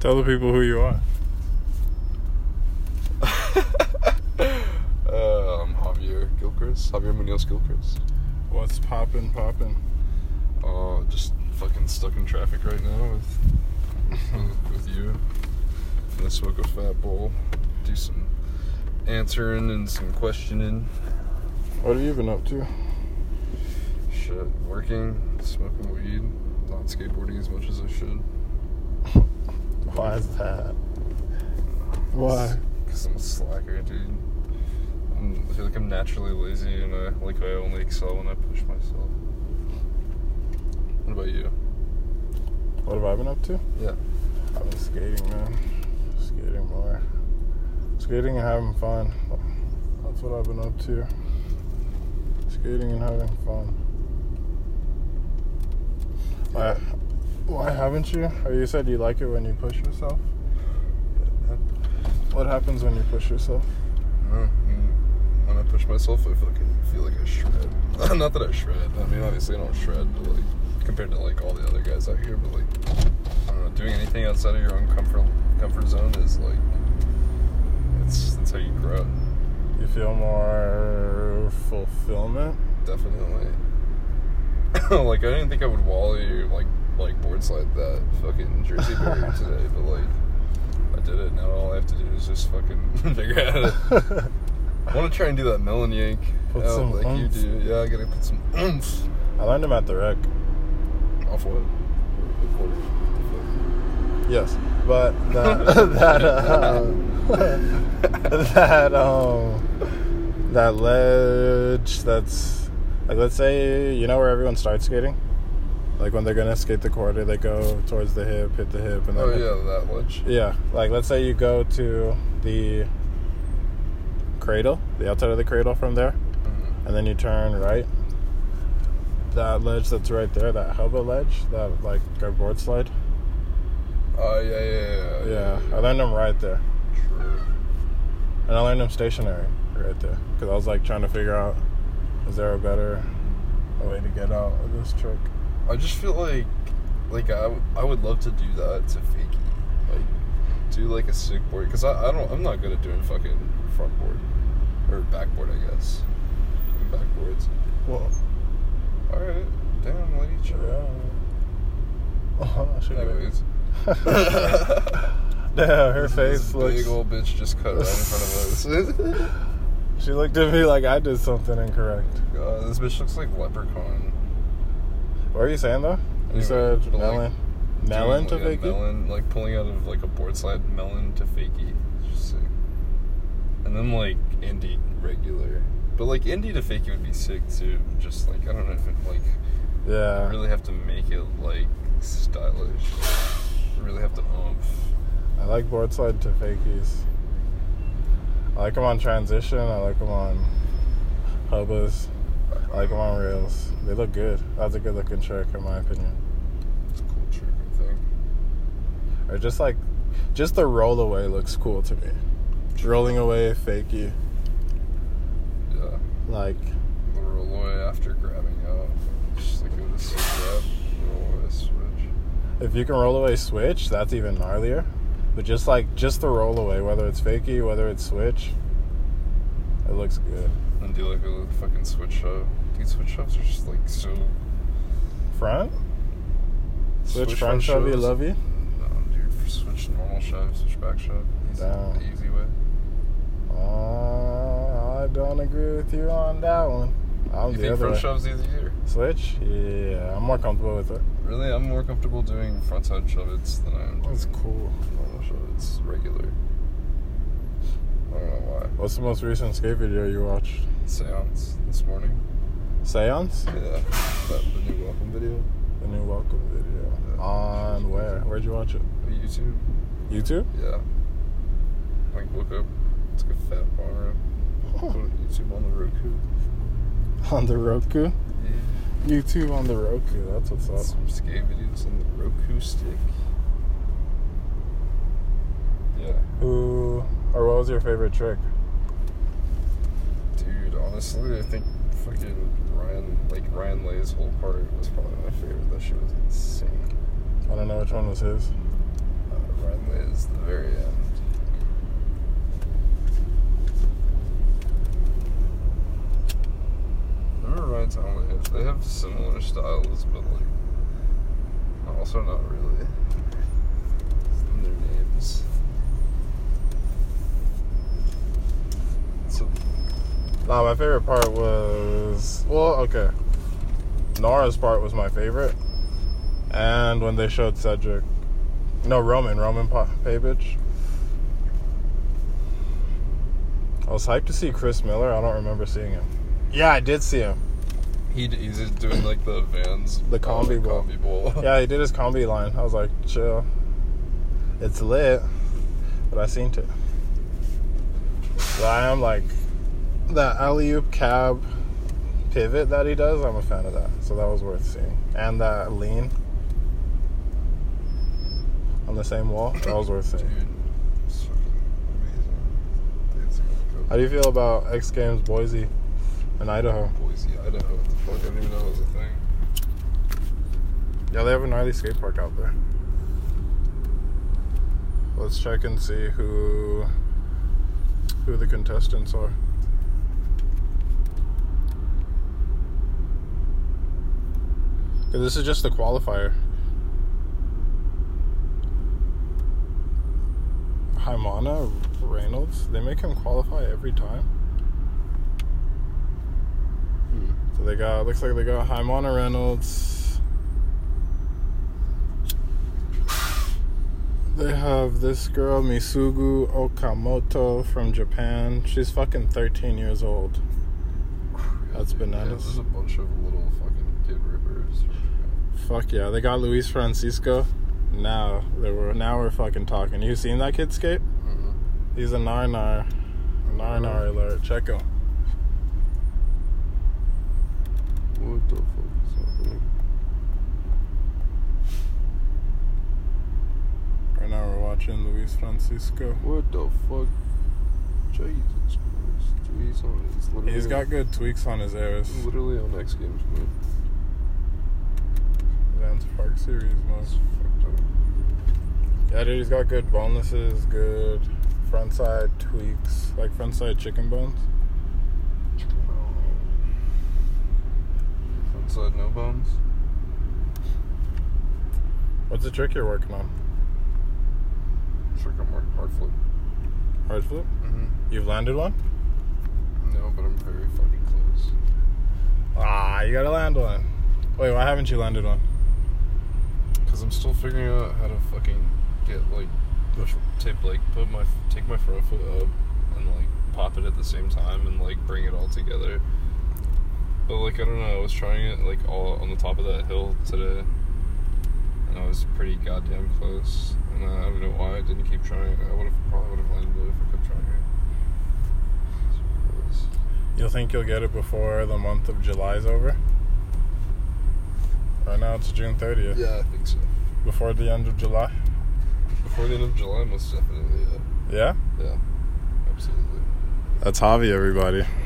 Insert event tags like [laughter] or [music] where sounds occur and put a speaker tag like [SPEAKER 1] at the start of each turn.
[SPEAKER 1] Tell the people who you are.
[SPEAKER 2] um, Javier Gilchrist, Javier Munoz Gilchrist.
[SPEAKER 1] What's poppin', [laughs] poppin'?
[SPEAKER 2] Uh, just fucking stuck in traffic right now with [laughs] with you. And I smoke a fat bowl, do some answering and some questioning.
[SPEAKER 1] What have you been up to?
[SPEAKER 2] Shit, working, smoking weed, not skateboarding as much as I should.
[SPEAKER 1] Why is that? Why?
[SPEAKER 2] Cause I'm a slacker, dude. I'm, I feel like I'm naturally lazy, and I like I only excel when I push myself. What about you?
[SPEAKER 1] What have I been up to?
[SPEAKER 2] Yeah.
[SPEAKER 1] I've been skating, man. Skating more. Skating and having fun. That's what I've been up to. Skating and having fun. Why, why haven't you? Or you said you like it when you push yourself? What happens when you push yourself?
[SPEAKER 2] Uh, When I push myself, I fucking feel like I shred. [laughs] Not that I shred. I mean, obviously I don't shred, but like compared to like all the other guys out here, but like I don't know, doing anything outside of your own comfort comfort zone is like it's that's how you grow.
[SPEAKER 1] You feel more fulfillment? [laughs]
[SPEAKER 2] Definitely. [laughs] like I didn't think I would wally like like board slide that fucking
[SPEAKER 1] [laughs]
[SPEAKER 2] jersey barrier today, but like I did it. Now all I have to do is just fucking [laughs] figure out. How
[SPEAKER 1] [laughs]
[SPEAKER 2] to, I want to try and do that melon yank
[SPEAKER 1] Put
[SPEAKER 2] out
[SPEAKER 1] some
[SPEAKER 2] like
[SPEAKER 1] oomph.
[SPEAKER 2] you do. Yeah, I gotta put some oomph.
[SPEAKER 1] I learned them at the rec.
[SPEAKER 2] Off what? Recording.
[SPEAKER 1] Yes, but that [laughs] that um, [laughs] that um that ledge that's like let's say you know where everyone starts skating, like when they're gonna skate the quarter, they go towards the hip, hit the hip, and then
[SPEAKER 2] Oh yeah, that ledge.
[SPEAKER 1] yeah, like let's say you go to the cradle, the outside of the cradle from there,
[SPEAKER 2] Mhm.
[SPEAKER 1] and then you turn right. That ledge that's right there, that hobo ledge, that like our board slide.
[SPEAKER 2] Oh yeah, yeah, yeah.
[SPEAKER 1] Yeah, I learned them right there.
[SPEAKER 2] True.
[SPEAKER 1] And I learned them stationary right there. Because I was like trying to figure out is there a better way to get out of this trick?
[SPEAKER 2] I just feel like, like I, w- I would love to do that to fakie, like do like a sick board because I, I don't I'm not good at doing fucking front board or backboard I guess, Fucking backboards.
[SPEAKER 1] Well,
[SPEAKER 2] All right, damn lady, chill.
[SPEAKER 1] yeah. [laughs] Oh, I should go.
[SPEAKER 2] Anyways,
[SPEAKER 1] [laughs] Damn, her
[SPEAKER 2] this
[SPEAKER 1] face
[SPEAKER 2] big
[SPEAKER 1] looks.
[SPEAKER 2] old bitch just cut right in front of us.
[SPEAKER 1] [laughs] She looked at me like I did something incorrect.
[SPEAKER 2] God, this bitch looks like leprechaun.
[SPEAKER 1] What are you saying though? You
[SPEAKER 2] Anyway,
[SPEAKER 1] said
[SPEAKER 2] but, like,
[SPEAKER 1] melon. melon to
[SPEAKER 2] Doing, like,
[SPEAKER 1] fake
[SPEAKER 2] a Melon, like pulling out of like a board slide, melon to fakie. It's just sick. And then like indie regular, but like indie to fakie would be sick too. Just like I don't know if it like
[SPEAKER 1] Yeah.
[SPEAKER 2] you really have to make it like stylish. You really have to oomph.
[SPEAKER 1] I like board slide to fakies. I like them on transition. I like them on hubas. I like them on rails. They look good. That's a good looking trick, in my opinion.
[SPEAKER 2] It's a cool trick, I think.
[SPEAKER 1] Or just like, just the roll away looks cool to me. Rolling away, fakie.
[SPEAKER 2] Yeah,
[SPEAKER 1] Like,
[SPEAKER 2] the roll away after grabbing out, just like with a sick grab, roll away switch.
[SPEAKER 1] if you can roll away switch, that's even gnarlier. But just like, just the roll away, whether it's fakie, whether it's switch, it looks good.
[SPEAKER 2] And do like a little fucking switch shove. Dude, switch shoves are just like so.
[SPEAKER 1] Front? Switch, front shovey,
[SPEAKER 2] shoves.
[SPEAKER 1] lovey?
[SPEAKER 2] No, dude, for switch normal shove, switch back shove. Easy,
[SPEAKER 1] No.
[SPEAKER 2] the easy way.
[SPEAKER 1] Uh, I don't agree with you on that one. I'm
[SPEAKER 2] you
[SPEAKER 1] the
[SPEAKER 2] think
[SPEAKER 1] other
[SPEAKER 2] front
[SPEAKER 1] way.
[SPEAKER 2] shove's easier?
[SPEAKER 1] Switch? Yeah, I'm more comfortable with it.
[SPEAKER 2] Really, I'm more comfortable doing front side shove it's than I am doing
[SPEAKER 1] cool.
[SPEAKER 2] normal shove it's regular. I don't know why.
[SPEAKER 1] What's the most recent skate video you watched?
[SPEAKER 2] Seance this morning.
[SPEAKER 1] Seance?
[SPEAKER 2] Yeah, that, the new welcome video.
[SPEAKER 1] The new welcome video.
[SPEAKER 2] Yeah.
[SPEAKER 1] On where? Where'd you watch it?
[SPEAKER 2] YouTube.
[SPEAKER 1] YouTube?
[SPEAKER 2] Yeah. Like, look up. It's like a fat bar. Put
[SPEAKER 1] Huh.
[SPEAKER 2] it YouTube on the Roku.
[SPEAKER 1] On the Roku?
[SPEAKER 2] Yeah.
[SPEAKER 1] YouTube on the Roku, that's what's up.
[SPEAKER 2] Some skate videos on the Roku stick. Yeah.
[SPEAKER 1] Who, or what was your favorite trick?
[SPEAKER 2] Dude, honestly, I think fucking Ryan, like Ryan Lay's whole part was probably my favorite. That shit was insane.
[SPEAKER 1] I don't know which one was his.
[SPEAKER 2] Uh, runway is the very end. Never rides on wave. They have similar styles, but like also not really. It's in their names. It's a
[SPEAKER 1] Nah, my favorite part was well, okay. Nora's part was my favorite, and when they showed Cedric, no Roman, Roman Pa- Pavich. I was hyped to see Chris Miller. I don't remember seeing him. Yeah, I did see him.
[SPEAKER 2] He d- he's just doing like the Vans,
[SPEAKER 1] The combi
[SPEAKER 2] uh,
[SPEAKER 1] bowl.
[SPEAKER 2] combi bowl. [laughs]
[SPEAKER 1] Yeah, he did his combi line. I was like, chill. It's lit, but I seen it. So I am like that alley oop cab pivot that he does. I'm a fan of that, so that was worth seeing. And that lean on the same wall, that was worth
[SPEAKER 2] dude,
[SPEAKER 1] seeing.
[SPEAKER 2] it's fucking amazing. Dude, it's gonna go
[SPEAKER 1] How do you feel about X Games Boise in Idaho?
[SPEAKER 2] Boise, Idaho. What the fuck? I didn't even know it was a thing.
[SPEAKER 1] Yeah, they have a gnarly skate park out there. Let's check and see who who the contestants are. Yeah, This is just the qualifier. Haimana Reynolds, they make him qualify every time. So they got looks like they got Haimana Reynolds, They have this girl, Misugu Okamoto from Japan. She's fucking 13 years old. That's
[SPEAKER 2] Yeah,
[SPEAKER 1] bananas.
[SPEAKER 2] there's a bunch of little fucking kid rippers.
[SPEAKER 1] Fuck yeah. They got Luis Francisco. Now they were now we're fucking talking. You seen that kid skate?
[SPEAKER 2] Mm-hmm.
[SPEAKER 1] He's a narnar. Narnar alert. Check him.
[SPEAKER 2] What the fuck is happening?
[SPEAKER 1] Right now we're watching Luis Francisco.
[SPEAKER 2] What the fuck? Jesus Christ. Dude, he's on he's literally
[SPEAKER 1] He's got good tweaks on his airs.
[SPEAKER 2] he's literally on X Games, man.
[SPEAKER 1] Vans Park Series most.
[SPEAKER 2] Fucked up.
[SPEAKER 1] Yeah, dude, he's got good bonuses, good front side tweaks, like front side chicken bones.
[SPEAKER 2] Inside no bones.
[SPEAKER 1] What's the trick you're working on?
[SPEAKER 2] Trick or mark hard flip.
[SPEAKER 1] Hard flip?
[SPEAKER 2] Mm-hmm.
[SPEAKER 1] You've landed one?
[SPEAKER 2] No, but I'm very fucking close.
[SPEAKER 1] Ah, you gotta land one. Wait, why haven't you landed one?
[SPEAKER 2] Cause I'm still figuring out how to fucking get like push tip like put my take my front foot up and like pop it at the same time and like bring it all together. But like I don't know, I was trying it like all on the top of that hill today, and I was pretty goddamn close. And I don't know why I didn't keep trying. I would have probably would have landed it if I kept trying it. It's
[SPEAKER 1] You'll think you'll get it before the month of July's over? Right now it's June 30th.
[SPEAKER 2] ridiculous. Yeah, I think so.
[SPEAKER 1] Before the end of July?
[SPEAKER 2] Before the end of July, most definitely. Yeah,
[SPEAKER 1] Yeah?
[SPEAKER 2] yeah, absolutely.
[SPEAKER 1] That's Javi, everybody.